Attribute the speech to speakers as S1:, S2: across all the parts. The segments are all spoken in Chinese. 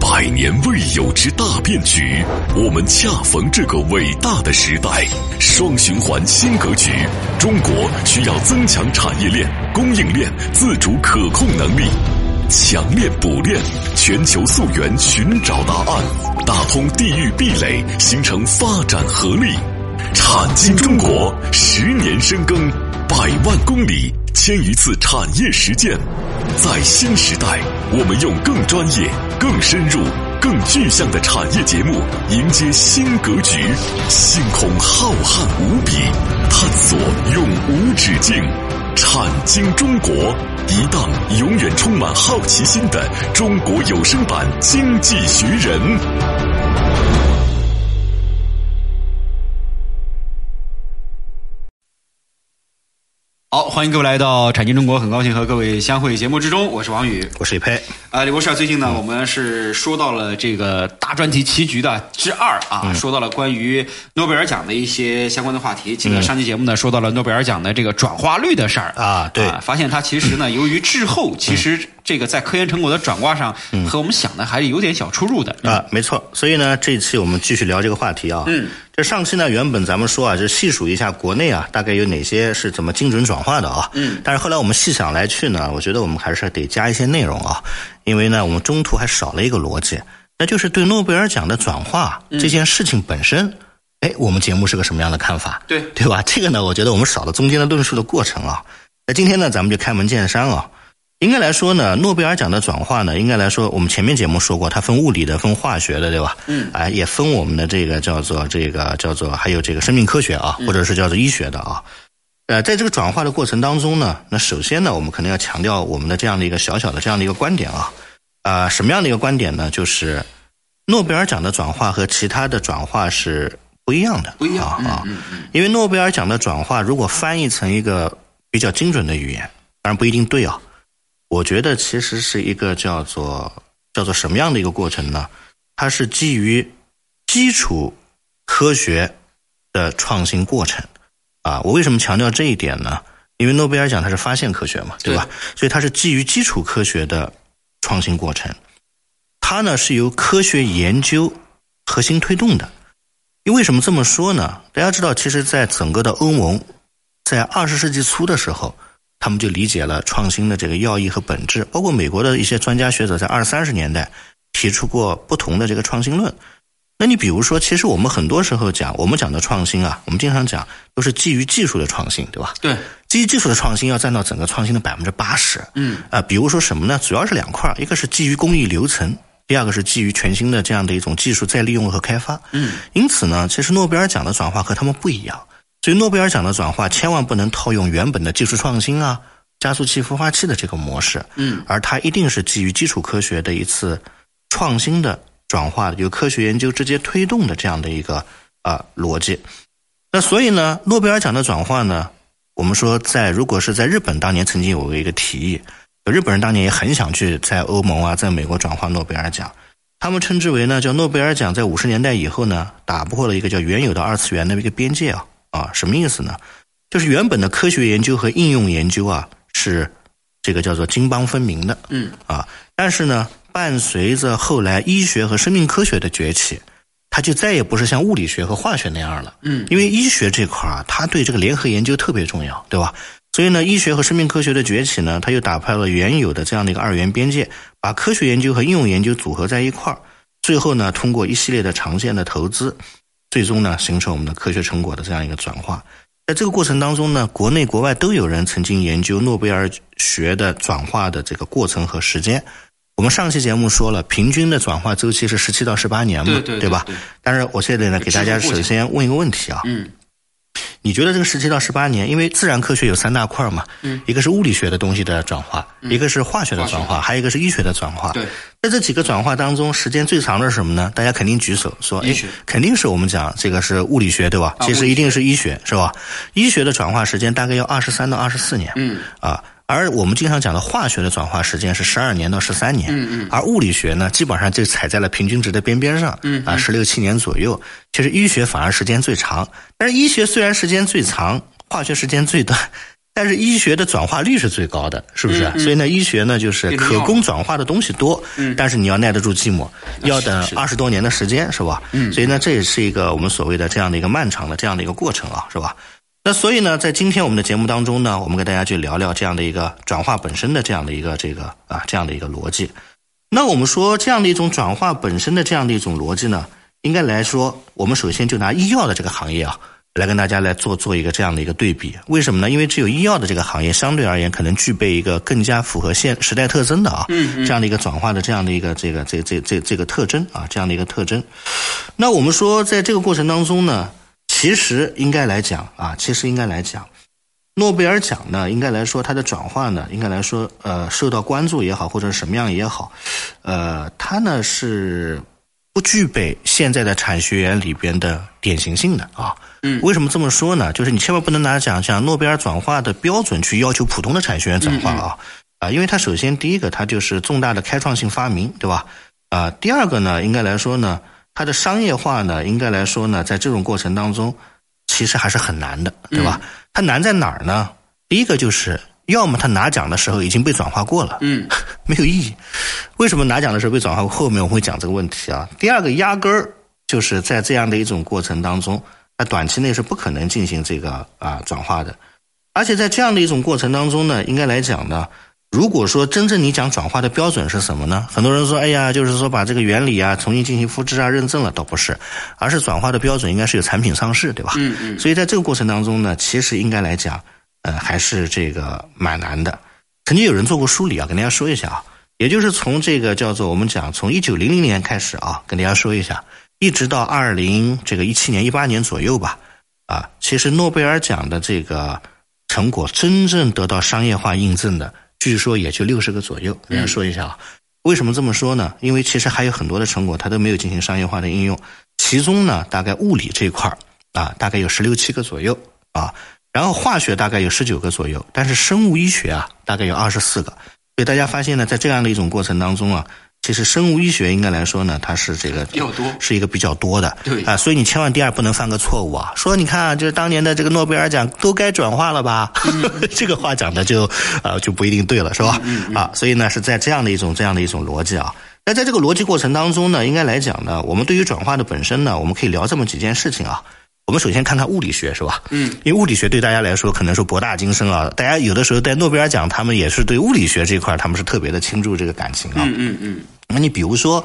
S1: 百年未有之大变局，我们恰逢这个伟大的时代。双循环新格局，中国需要增强产业链、供应链自主可控能力，强链补链，全球溯源寻找答案，打通地域壁垒，形成发展合力。产经中国十年深耕，百万公里，牵一次产业实践。在新时代，我们用更专业、更深入、更具象的产业节目，迎接新格局。星空浩瀚无比，探索永无止境。产经中国，一档永远充满好奇心的中国有声版《经济学人》。
S2: 好，欢迎各位来到《产经中国》，很高兴和各位相会节目之中，我是王宇。
S3: 我是李佩，
S2: 啊，李博士啊，最近呢，
S3: 嗯
S2: 我们是说到了这个大专题棋局的之二啊，
S3: 嗯
S2: 说到了关于诺贝尔奖的一些相关的话题。记得上期节目呢，说到了诺贝尔奖的这个转化率的事儿
S3: 啊对嗯
S2: 发现它其实呢，由于滞后，其实这个在科研成果的转化上和我们想的还是有点小出入的。
S3: 啊，没错。所以呢，这一期我们继续聊这个话题啊。嗯，这上期呢，原本咱们说啊，就细数一下国内啊，大概有哪些是怎么精准转化的啊。嗯，但是后来我们细想来去呢，我觉得我们还是得加一些内容啊，因为呢，我们中途还少了一个逻辑，那就是对诺贝尔奖的转化这件事情本身。哎，我们节目是个什么样的看法？
S2: 对
S3: 对吧？这个呢，我觉得我们少了中间的论述的过程啊。那今天呢，咱们就开门见山啊。应该来说呢，诺贝尔奖的转化呢，应该来说，我们前面节目说过，它分物理的，分化学的，对吧？嗯，啊，也分我们的这个叫做这个叫做，还有这个生命科学啊，或者是叫做医学的啊。呃，在这个转化的过程当中呢，那首先呢，我们可能要强调我们的这样的一个小小的这样的一个观点啊，啊、什么样的一个观点呢？就是诺贝尔奖的转化和其他的转化是不一样的，
S2: 不一样嗯
S3: 啊啊，因为诺贝尔奖的转化如果翻译成一个比较精准的语言，当然不一定对啊，我觉得其实是一个叫做叫做什么样的一个过程呢？它是基于基础科学的创新过程啊。我为什么强调这一点呢？因为诺贝尔奖它是发现科学嘛，对吧？所以它是基于基础科学的创新过程，它呢是由科学研究核心推动的。因为为什么这么说呢？大家知道，其实，在整个的欧盟在二十世纪初的时候，他们就理解了创新的这个要义和本质。包括美国的一些专家学者在二三十年代提出过不同的这个创新论。那你比如说，其实我们很多时候讲，我们讲的创新啊，我们经常讲都是基于技术的创新，对吧？
S2: 对，
S3: 基于技术的创新要占到整个创新的百分之八十。嗯，啊、比如说什么呢？主要是两块儿，一个是基于工艺流程，第二个是基于全新的这样的一种技术再利用和开发。嗯，因此呢，其实诺贝尔奖的转化和他们不一样，所以诺贝尔奖的转化千万不能套用原本的技术创新啊、加速器、孵化器的这个模式。嗯，而它一定是基于基础科学的一次创新的转化，由科学研究直接推动的这样的一个啊、逻辑。那所以呢，诺贝尔奖的转化呢，我们说在如果是在日本当年曾经有过一个提议，日本人当年也很想去在欧盟啊，在美国转化诺贝尔奖，他们称之为呢叫诺贝尔奖，在五十年代以后呢，打破了一个叫原有的二次元的一个边界啊啊，什么意思呢？就是原本的科学研究和应用研究啊是这个叫做金邦分明的，嗯啊，但是呢，伴随着后来医学和生命科学的崛起，它就再也不是像物理学和化学那样了。嗯，因为医学这块儿啊，它对这个联合研究特别重要，对吧？所以呢，医学和生命科学的崛起呢，它又打破了原有的这样的一个二元边界，把科学研究和应用研究组合在一块儿，最后呢，通过一系列的长线的投资，最终呢，形成我们的科学成果的这样一个转化。在这个过程当中呢，国内国外都有人曾经研究诺贝尔学的转化的这个过程和时间。我们上期节目说了，平均的转化周期是十七到十八年嘛，
S2: 对对对
S3: 吧
S2: 对？
S3: 但是我现在呢，给大家
S2: 支付过
S3: 首
S2: 去
S3: 先问一个问题啊，
S2: 嗯，
S3: 你觉得这个十七到十八年，因为自然科学有三大块嘛，嗯，一个是物理学的东西的转化，一个是化学的转化，还有一个是医学的转化。
S2: 嗯对，
S3: 在这几个转化当中，时间最长的是什么呢？大家肯定举手说，
S2: 医
S3: 哎
S2: 学，
S3: 肯定是我们讲这个是啊物理学，对吧？其
S2: 物
S3: 实一定是医学，是吧？医学的转化时间大概要二十三到二十四年，嗯，啊。而我们经常讲的化学的转化时间是十二年到十三年，嗯嗯，而物理学呢，基本上就踩在了平均值的边边上，嗯啊，十六七年左右。其实医学反而时间最长，但是医学虽然时间最长，化学时间最短， 但是医学的转化率是最高的，是不是？啊所以呢，医学呢就是
S2: 变成药
S3: 可
S2: 了
S3: 供转化的东西多，但是你要耐得住寂寞，要等二十多年的时间，是吧？所以呢，这也是一个我们所谓的这样的一个漫长的这样的一个过程啊，是吧？那所以呢，在今天我们的节目当中呢，我们跟大家去聊聊这样的一个转化本身的这样的一个这个啊这样的一个逻辑。那我们说这样的一种转化本身的这样的一种逻辑呢，应该来说，我们首先就拿医药的这个行业啊，来跟大家来做做一个这样的一个对比。为什么呢？因为只有医药的这个行业相对而言，可能具备一个更加符合现时代特征的啊，这样的一个转化的这样的一个这个这这这这个特征啊，这样的一个特征。那我们说，在这个过程当中呢，其实应该来讲啊，其实应该来讲，诺贝尔奖呢，应该来说它的转化呢，应该来说呃受到关注也好，或者什么样也好，呃，它呢是不具备现在的产学研里边的典型性的啊。嗯，为什么这么说呢？就是你千万不能拿讲讲诺贝尔转化的标准去要求普通的产学研转化啊。啊，因为它首先第一个，它就是重大的开创性发明，对吧？啊，第二个呢，应该来说呢，它的商业化呢，应该来说呢，在这种过程当中，其实还是很难的，对吧？它难在哪儿呢？第一个就是，要么他拿奖的时候已经被转化过了，
S2: 嗯，
S3: 没有意义。为什么拿奖的时候被转化过？后面我会讲这个问题啊。第二个，压根儿就是在这样的一种过程当中，它短期内是不可能进行这个啊转化的。而且在这样的一种过程当中呢，应该来讲呢，如果说真正你讲转化的标准是什么呢？很多人说，哎呀，就是说把这个原理啊重新进行复制啊认证了，倒不是，而是转化的标准应该是有产品上市，对吧？嗯嗯。所以在这个过程当中呢，其实应该来讲，呃，还是这个蛮难的。曾经有人做过梳理啊，跟大家说一下啊，也就是从这个叫做我们讲从一九零零年开始啊，跟大家说一下，一直到二零这个一七年一八年左右吧，啊，其实诺贝尔奖的这个成果真正得到商业化印证的，据说也就六十个左右。跟
S2: 嗯
S3: 大家说一下啊，为什么这么说呢？因为其实还有很多的成果它都没有进行商业化的应用，其中呢，大概物理这一块儿啊，大概有十六七个左右啊，然后化学大概有十九个左右，但是生物医学啊，大概有二十四个。所以大家发现呢，在这样的一种过程当中啊，其实生物医学应该来说呢，它是这个比
S2: 较多
S3: 是一个比较多的，
S2: 对
S3: 啊，所以你千万第二不能犯个错误啊！说你看啊，就是当年的这个诺贝尔奖都该转化了吧？
S2: 嗯
S3: 这个话讲的就啊、就不一定对了，是吧？啊，所以呢是在这样的一种这样的一种逻辑啊。那在这个逻辑过程当中呢，应该来讲呢，我们对于转化的本身呢，我们可以聊这么几件事情啊。我们首先看看物理学，是吧？嗯，因为物理学对大家来说可能说博大精深啊，大家有的时候在诺贝尔奖，他们也是对物理学这块儿他们是特别的倾注这个感情啊。
S2: 嗯嗯，
S3: 那你比如说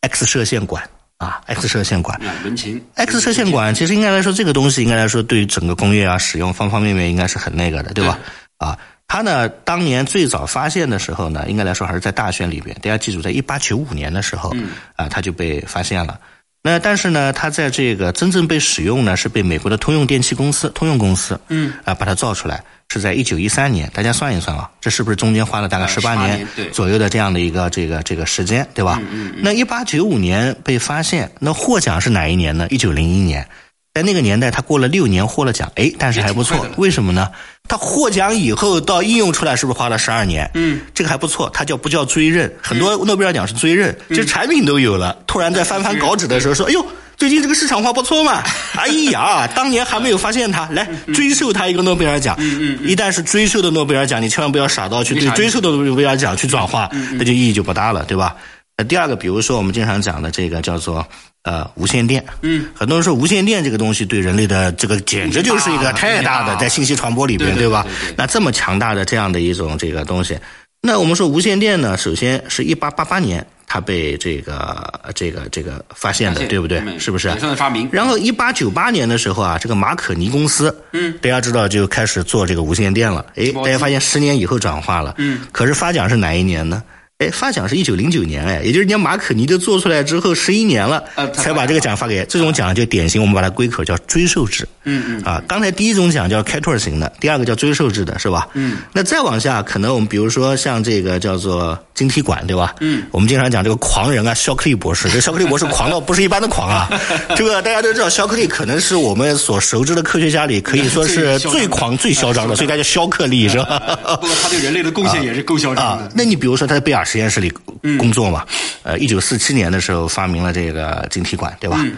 S3: X 射线管啊，X 射线管。
S2: 阮文琴
S3: X 射线管其实应该来说，这个东西应该来说对于整个工业啊使用方方面面应该是很那个的，对吧？啊，它呢当年最早发现的时候呢，应该来说还是在大选里边，大家记住，在一八九五年的时候，啊，它就被发现了。那但是呢，它在这个真正被使用呢，是被美国的通用电气公司，通用公司，嗯，啊，把它造出来，是在一九一三年。大家算一算啊，这是不是中间花了大概
S2: 呃
S3: 十八
S2: 18
S3: 年
S2: 年对
S3: 左右的这样的一个这个这个时间，对吧？嗯嗯、那一八九五年被发现，那获奖是哪一年呢？一九零一年，在那个年代，他过了六年获了奖，哎，但是还不
S2: 也挺
S3: 错
S2: 快的。了
S3: 为什么呢？他获奖以后到应用出来，是不是花了十二年？嗯，这个还不错，它叫不叫追认？很多诺贝尔奖是追认，就产品都有了，突然在翻翻稿纸的时候说：“哎呦。”最近这个市场化不错 嘛，哎呀，当年还没有发现它，来追授它一个诺贝尔奖。一旦是追授的诺贝尔奖，你千万不要傻到去对
S2: 啥
S3: 追授的诺贝尔奖去转化，那就意义就不大了，对吧？那第二个，比如说我们经常讲的这个叫做呃无线电，嗯，很多人说无线电这个东西对人类的这个简直就是一个太大的，在信息传播里边，
S2: 对对
S3: 吧
S2: 对对对？
S3: 那这么强大的这样的一种这个东西，那我们说无线电呢，首先是一八八八年它被这个这个这个发
S2: 嗯
S3: 现嗯的，对不对？是不是？啊
S2: 也算发明，嗯
S3: 然后一八九八年的时候啊，这个马可尼公司，嗯，大家知道就开始做这个无线电了。哎，
S2: 包
S3: 大
S2: 机
S3: 家发现十年以后转化了，嗯，可是发奖是哪一年呢？哎，发奖是一九零九年，哎，也就是人家马可尼都做出来之后十一年了，
S2: 呃他
S3: 才把这个奖发给。这种奖就典型，我们把它归口叫追授制。嗯嗯。啊，刚才第一种奖叫开拓型的，第二个叫追授制的，是吧？嗯。那再往下，可能我们比如说像这个叫做晶体管，对吧？嗯。我们经常讲这个狂人啊，肖克利博士，这肖克利博士狂到不是一般的狂 啊，这个大家都知道，肖克利可能是我们所熟知的科学家里可以说是
S2: 最嚣张的嗯
S3: 最狂、最 嚣张的，所以他叫肖克利，是吧？
S2: 不过他对人类的贡献也是够嚣张
S3: 啊
S2: 的，。
S3: 那你比如说他在贝尔实验室里
S2: 嗯
S3: 工作嘛，呃，一九四七年的时候发明了这个晶体管，对吧？
S2: 嗯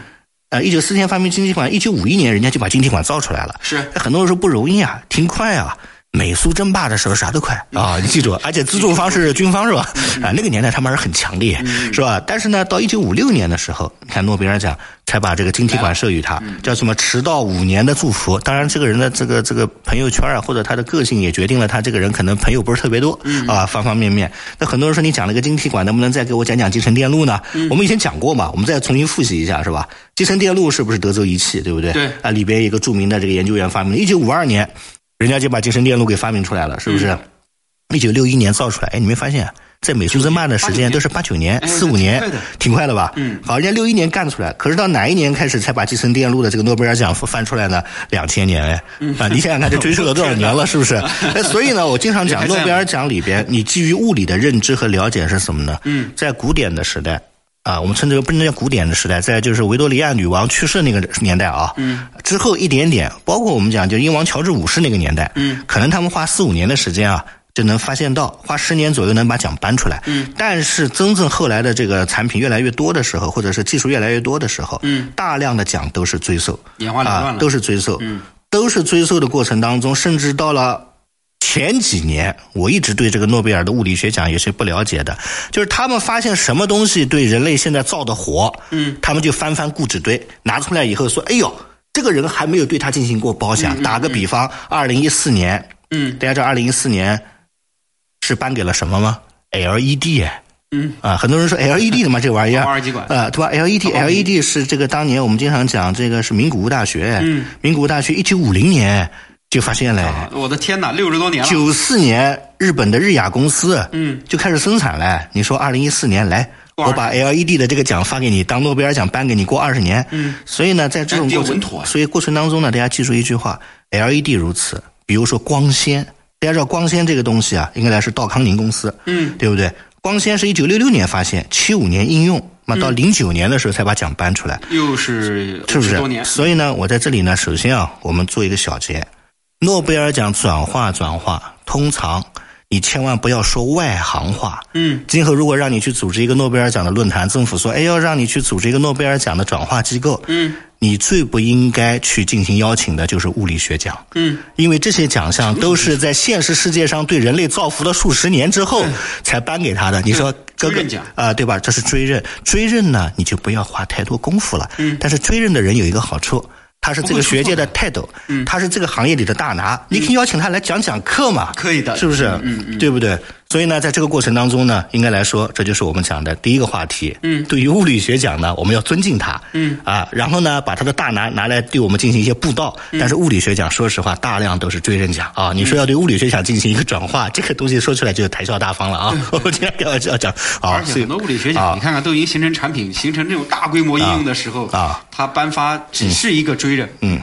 S3: 呃，一九四七年发明晶体管，一九五一年人家就把晶体管造出来了。
S2: 是
S3: 很多人说不容易啊，挺快啊。美苏争霸的时候啥都快啊，你记住，而且资助方是嗯军方是吧？啊，那个年代他们还是很强的，是吧？但是呢，到一九五六年的时候，你看诺贝尔奖才把这个晶体管授予他，叫什么“迟到五年的祝福”。当然，这个人的这个这个朋友圈啊，或者他的个性也决定了他这个人可能朋友不是特别多啊，方方面面。那很多人说你讲了个晶体管，能不能再给我讲讲集成电路呢？我们以前讲过嘛，我们再重新复习一下是吧？集成电路是不是德州仪器，对不对？
S2: 对
S3: 啊，里边一个著名的这个研究员发明的，一九五二年。人家就把精神电路给发明出来了，是不是？
S2: 嗯
S3: 一九六一年造出来，哎，你没发现，在美苏争霸的时间都是八九年、
S2: 哎
S3: 四五年
S2: 挺快的，
S3: 挺快的吧？
S2: 嗯
S3: 好，人家六一年干出来，可是到哪一年开始才把集成电路的这个诺贝尔奖翻出来呢？两千年哎，
S2: 嗯
S3: 啊，你想想看，这追溯了多少年了，是不是？哎，所以呢，我经常 讲
S2: 还在
S3: 诺
S2: 吗
S3: 贝尔奖里边，你基于物理的认知和了解是什么呢？
S2: 嗯，
S3: 在古典的时代。啊，我们称之为不能叫古典的时代，在就是维多利亚女王去世那个年代啊，嗯，之后一点点，包括我们讲就英王乔治五世那个年代，嗯，可能他们花四五年的时间啊，就能发现到，花十年左右能把奖颁出来，嗯，但是真正后来的这个产品越来越多的时候，或者是技术越来越多的时候，
S2: 嗯，
S3: 大量的奖都是追授，
S2: 眼花缭乱
S3: 啊
S2: 了，
S3: 都是追溯，
S2: 嗯
S3: 都是追溯的过程当中，甚至到了。前几年我一直对这个诺贝尔的物理学奖也是不了解的，就是他们发现什么东西对人类现在造的火，嗯，他们就翻翻固执堆，拿出来以后说，哎呦，这个人还没有对他进行过褒奖。打个比方，二零一四年，
S2: 嗯，
S3: 大家知道二零一四年是颁给了什么吗？LED 哎。
S2: 嗯
S3: 啊，很多人说 LED 的嘛，这玩意儿，
S2: 红二极管
S3: 啊，对吧？LED
S2: 好吧
S3: LED 是这个当年我们经常讲，这个是名古屋大学，
S2: 嗯，啊
S3: 名古屋大学一九五零年就发现了，
S2: 我的天哪，六十多年了，
S3: 九四年日本的日亚公司，
S2: 嗯，
S3: 就开始生产了。你说二零一四年来，
S2: 过二
S3: 我
S2: 十
S3: 把 LED 的这个奖发给你，当诺贝尔奖颁给你，过二十年，嗯，所以呢，在这种
S2: 哎比较
S3: 过程
S2: 稳妥啊，
S3: 所以过程当中呢，大家记住一句话：LED 如此，比如说光纤，大家知道光纤这个东西啊，应该来是道康宁公司，
S2: 嗯，
S3: 对不对？光纤是一九六六年发现，七五年应用，那
S2: 嗯
S3: 到零九年的时候才把奖颁出来。
S2: 又是
S3: 是不
S2: 50
S3: 是
S2: 多？年？
S3: 所以呢，我在这里呢，首先啊，我们做一个小结。诺贝尔奖转化转化，通常你千万不要说外行话。
S2: 嗯，
S3: 今后如果让你去组织一个诺贝尔奖的论坛，政府说，哎，要让你去组织一个诺贝尔奖的转化机构，
S2: 嗯，
S3: 你最不应该去进行邀请的就是物理学奖。
S2: 嗯，
S3: 因为这些奖项都是在现实世界上对人类造福了数十年之后才颁给他的。你说
S2: 追
S3: 哥哥
S2: 认奖
S3: 啊、对吧？这是追认，追认呢，你就不要花太多功夫了。嗯，但是追认的人有一个好处。他是这个学界的泰斗，他是这个行业里的大拿，你可以邀请他来讲讲课嘛，
S2: 可以的
S3: 是不是？嗯嗯，对不对？所以呢，在这个过程当中呢，应该来说，这就是我们讲的第一个话题。嗯，对于物理学讲呢，我们要尊敬他。嗯啊，然后呢，把他的大拿拿来对我们进行一些布道。
S2: 嗯
S3: 但是物理学讲，说实话，大量都是追认奖啊。你说要对物理学讲进行一个转化，这个东西说出来就是谈笑大方了啊。 我们今天要要讲啊，
S2: 嗯而且
S3: 所以
S2: 很多物理学
S3: 啊
S2: 奖，你看看都已经形成产品，形成这种大规模应用的时候
S3: 啊，
S2: 它颁发只是一个追认。
S3: 嗯，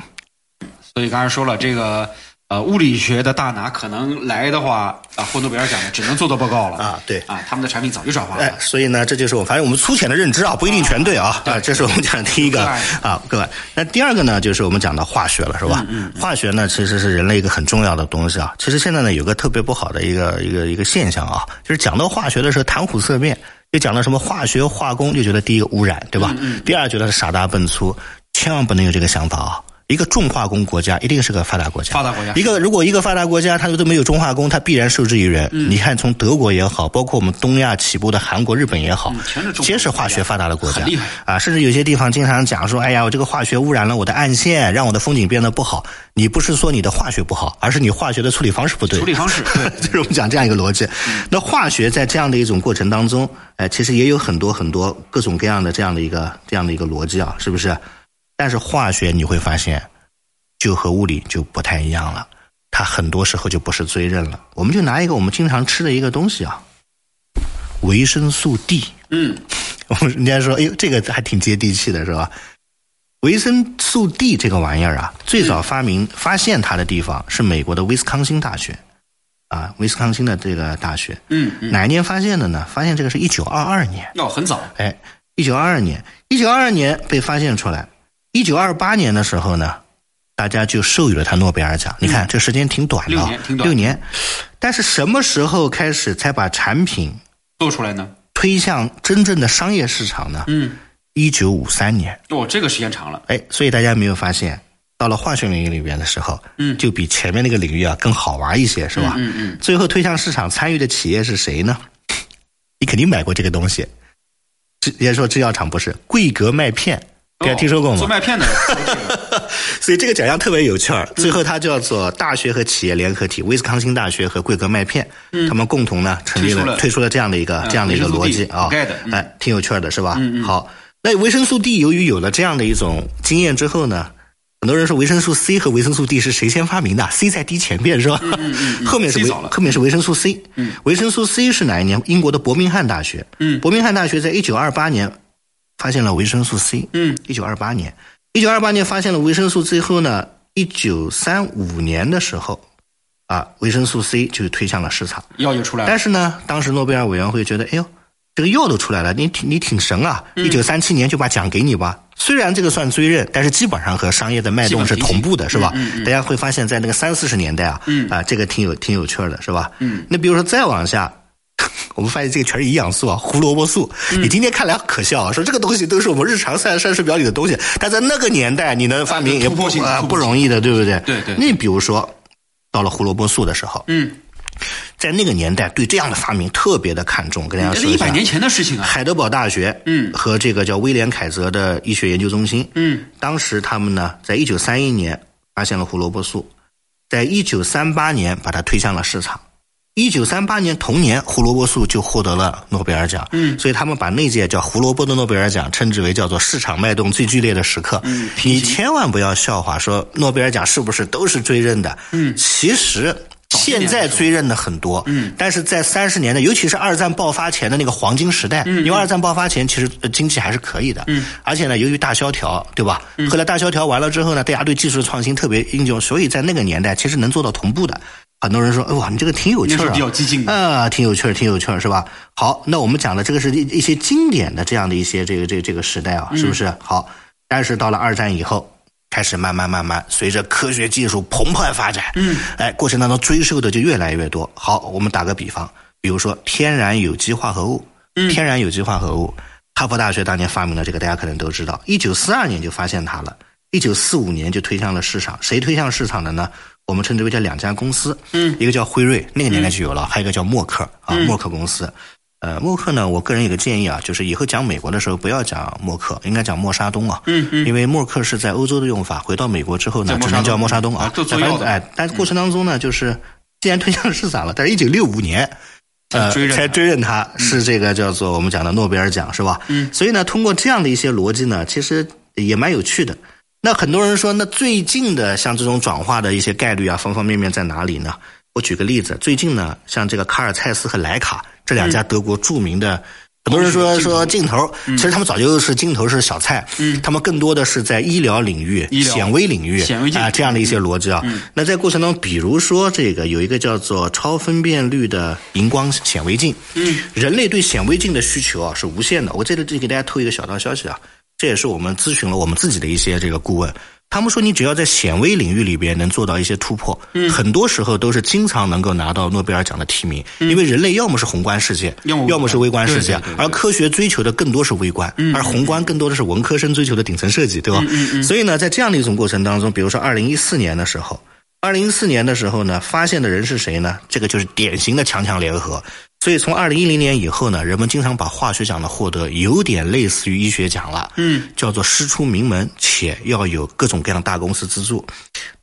S2: 所以刚才说了，这个呃物理学的大拿可能来的话啊，获诺贝尔奖的只能做做报告了
S3: 啊对
S2: 啊，他们的产品早就转化
S3: 哎
S2: 了，。
S3: 所以呢，这就是我反正我们粗浅的认知啊，不一定全对啊。啊，这是我们讲的第一个
S2: 对
S3: 啊，各位。那第二个呢，就是我们讲到化学了，是吧？化学呢，其实是人类一个很重要的东西啊。其实现在呢，有个特别不好的一个一个一个现象啊，就是讲到化学的时候谈虎色变，就讲到什么化学化工，就觉得第一个污染，对吧？第二觉得是傻大笨粗，千万不能有这个想法啊。一个重化工国家一定是个发达国家，
S2: 发达国家
S3: 一个如果一个发达国家它都没有中化工，它必然受制于人。你看，从德国也好，包括我们东亚起步的韩国、日本也好，
S2: 全是中国
S3: 皆是化学发达的国家
S2: 很厉害
S3: 啊，甚至有些地方经常讲说，哎呀，我这个化学污染了我的岸线，让我的风景变得不好。你不是说你的化学不好，而是你化学的处理方式不对。
S2: 处理方式对 嗯
S3: 就是我们讲这样一个逻辑。那化学在这样的一种过程当中，呃，其实也有很多很多各种各样的这样的一个这样的一个逻辑啊，是不是？但是化学你会发现，就和物理就不太一样了，它很多时候就不是追认了。我们就拿一个我们经常吃的一个东西啊，维生素 D。
S2: 嗯，
S3: 我们 人家说，哎呦，这个还挺接地气的，是吧？维生素 D 这个玩意儿啊，最早发明、
S2: 嗯
S3: 发现它的地方是美国的威斯康星大学，啊，威斯康星的这个大学，
S2: 嗯
S3: 嗯，哪一年发现的呢？发现这个是一九二二年，
S2: 要很早，
S3: 哎，一九二二年，一九二二年被发现出来，一九二八年的时候呢，大家就授予了他诺贝尔奖。你看，这时间挺短的啊，
S2: 嗯六年挺短
S3: 六年。但是什么时候开始才把产品
S2: 做出来呢？
S3: 推向真正的商业市场呢？
S2: 嗯，
S3: 一九五三年。
S2: 哦，这个时间长了，
S3: 哎，所以大家有没有发现，到了化学领域里边的时候，嗯，就比前面那个领域啊更好玩一些，是吧？嗯嗯。最后推向市场参与的企业是谁呢？你肯定买过这个东西，制也说制药厂不是桂格麦片，大家听说过吗？
S2: 哦做麦片的，
S3: 所以这个奖项特别有趣儿。
S2: 嗯
S3: 最后它叫做大学和企业联合体，威斯康星大学和桂格麦片，他们共同呢成
S2: 嗯推
S3: 立
S2: 出
S3: 了
S2: 了
S3: 推出了这样的一个
S2: 嗯
S3: 这样的一个逻
S2: 维
S3: 辑
S2: 生素 D
S3: 啊
S2: 覆盖的，嗯嗯
S3: 哎，挺有趣儿的是吧？好，那维生素 D 由于有了这样的一种经验之后呢。很多人说维生素 C 和维生素 D 是谁先发明的？C 在 D 前面是
S2: 嗯
S3: 吧？ 后面是
S2: C
S3: 维
S2: 早了
S3: 后面是维生素 C。维生素 C 是哪一年？英国的伯明翰大学。
S2: 嗯
S3: 伯明翰大学在一九二八年发现了维生素 C。
S2: 嗯，
S3: 一九二八年，一九二八年发现了维生素 C 后呢，一九三五年的时候，啊，维生素 C 就推向了市场。
S2: 药就出来了
S3: 但。是呢，当时诺贝尔委员会觉得，哎呦，这个药都出来了，你挺你挺神啊！
S2: 嗯
S3: 一九三七年就把奖给你吧。虽然这个算追认，但是基本上和商业的脉动是同步的，是
S2: 嗯
S3: 吧？大家会发现，在那个三四十年代啊，啊，这个挺有挺有趣儿的，是吧？嗯。那比如说再往下。 我们发现这个全是营养素啊，胡萝卜素。
S2: 嗯
S3: 你今天看来可笑啊，说这个东西都是我们日常膳膳食表里的东西，但在那个年代你能发明也
S2: 突破
S3: 不
S2: 性
S3: 啊
S2: 突破性
S3: 不容易的，对不对？
S2: 对对对
S3: 那比如说到了胡萝卜素的时候，
S2: 嗯，
S3: 在那个年代对这样的发明特别的看重。跟大家
S2: 这是
S3: 说
S2: 嗯
S3: 一
S2: 一
S3: 下，
S2: 百年前的事情啊。
S3: 海德堡大学，
S2: 嗯
S3: 和这个叫威廉凯泽的医学研究中心，
S2: 嗯，
S3: 当时他们呢，在一九三一年发现了胡萝卜素，在一九三八年把它推向了市场。一九三八年同年，胡萝卜素就获得了诺贝尔奖。嗯，所以他们把那届叫胡萝卜的诺贝尔奖称之为叫做市场脉动最剧烈的时刻。嗯，你千万不要笑话说诺贝尔奖是不是都是追认的？嗯，其实。
S2: 些年
S3: 现
S2: 的时候
S3: 在追认的很多，嗯，但是在三十年代，尤其是二战爆发前的那个黄金时代，因为二战爆发前其实呃经济还是可以的，嗯，而且呢，由于大萧条，对吧？后来大萧条完了之后呢，大家对技术的创新特别应用，所以在那个年代其实能做到同步的。很多人说，哎哇，你这个挺有趣
S2: 那
S3: 儿、
S2: 时
S3: 啊，
S2: 候比较激进的
S3: 啊，挺有趣儿，挺有趣儿，是吧？好，那我们讲的这个是一一些经典的这样的一些这个这个这个时代啊，
S2: 嗯
S3: 是不是？好，但是到了二战以后，开始慢慢慢慢，随着科学技术澎湃发展，嗯，哎，过程当中追溯的就越来越多。好，我们打个比方，比如说天然有机化合物，
S2: 嗯
S3: 天然有机化合物，哈佛大学当年发明了这个，大家可能都知道，一九四二年就发现它了。一九四五年就推向了市场，谁推向市场的呢？我们称之为叫两家公司，嗯，一个叫辉瑞，那个年代就有了，还有一个叫默克啊，默克公司。呃，默克呢，我个人有个建议啊，就是以后讲美国的时候不要讲默克，应该讲默沙东啊，嗯嗯，因为默克是在欧洲的用法，回到美国之后呢
S2: 叫，默
S3: 只
S2: 沙
S3: 能叫
S2: 东
S3: 默沙东啊
S2: 啊，做做
S3: 反正
S2: 药的
S3: 哎，但过程当中呢，就是既然推向市场了，但是一九六五年。呃，
S2: 才追认
S3: 才
S2: 他嗯
S3: 追认他是这个叫做我们讲的诺贝尔奖，是吧？嗯，所以呢，通过这样的一些逻辑呢，其实也蛮有趣的。那很多人说，那最近的像这种转化的一些概率啊，方方面面在哪里呢？我举个例子，最近呢，像这个卡尔蔡司和莱卡这两
S2: 嗯
S3: 家德国著名的，很多人说说镜头，其实他们早就是镜头是小菜，嗯，他们更多的是在医疗领域、
S2: 医疗
S3: 显微领域、
S2: 显微镜嗯
S3: 啊这样的一些逻辑啊。那在过程当中，比如说这个有一个叫做超分辨率的荧光显微镜，嗯，人类对显微镜的需求啊是无限的。我这里就给大家透一个小道消息啊，这也是我们咨询了我们自己的一些这个顾问。他们说，你只要在显微领域里边能做到一些突破，嗯、很多时候都是经常能够拿到诺贝尔奖的提名，因为人类要么是宏观世界，
S2: 嗯要么
S3: 要么是微观世界，
S2: 对对对嗯对
S3: 而科学追求的更多是微观，而宏观更多的是文科生追求的顶层设计，对吧？
S2: 嗯
S3: 所以呢，在这样的一种过程当中，比如说二零一四年的时候，二零一四年的时候呢，发现的人是谁呢？这个就是典型的强强联合。所以从二零一零年以后呢，人们经常把化学奖的获得有点类似于医学奖了，嗯，叫做师出名门，且要有各种各样的大公司资助。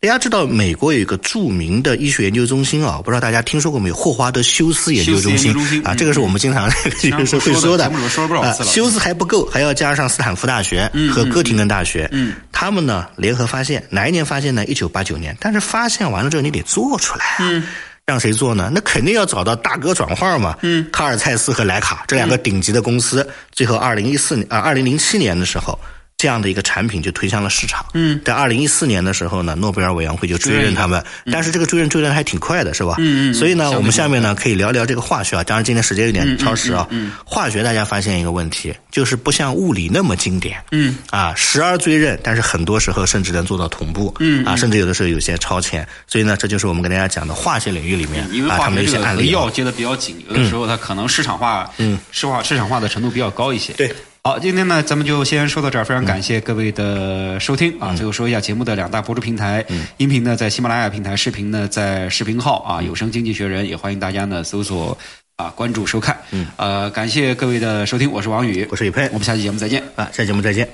S3: 大家知道，美国有一个著名的医学研究中心啊，不知道大家听说过没有？霍华德休斯研究中
S2: 休斯
S3: 心
S2: 研究中心
S3: 啊，
S2: 嗯
S3: 这个是我们经常这 个是会
S2: 说
S3: 的
S2: 的节目里说了不少
S3: 啊
S2: 次了
S3: 休斯还不够，还要加上斯坦福大学和哥廷根大学。嗯，他们呢联合发现，哪一年发现呢？一九八九年。但是发现完了之后，你得做出来啊。让谁做呢？那肯定要找到大哥转化嘛。嗯，卡尔蔡司和莱卡这两个顶级的公司，最后二零一四年啊，二零零七年的时候，这样的一个产品就推向了市场。嗯，在二零一四年的时候呢，诺贝尔委员会就追认他们，啊但是这个追认追认还挺快的，是吧？嗯嗯。所以呢，我们下面呢可以聊聊这个化学啊，当然今天时间有点超时啊。嗯。化学大家发现一个问题，就是不像物理那么经典。嗯。啊，时而追认，但是很多时候甚至能做到同步。嗯。啊，甚至有的时候有些超前。所以呢，这就是我们跟大家讲的化学领域里面
S2: 嗯因为
S3: 啊，他
S2: 化
S3: 们的
S2: 学
S3: 一
S2: 这
S3: 些
S2: 个
S3: 案
S2: 和
S3: 例啊。嗯
S2: 药接的比较紧，有的时候它可能市场化，嗯，市化市场化的程度比较高一些。
S3: 对，嗯
S2: 好，今天呢，咱们就先说到这儿，非常感谢各位的收听啊。最后说一下节目的两大播出平台，
S3: 嗯
S2: 音频呢在喜马拉雅平台，视频呢在视频号啊，有声经济学人，也欢迎大家呢搜索啊关注收看。嗯，呃，感谢各位的收听，我是王宇，
S3: 我是宇佩
S2: 我们下期节目再见。
S3: 啊，下期节目再见。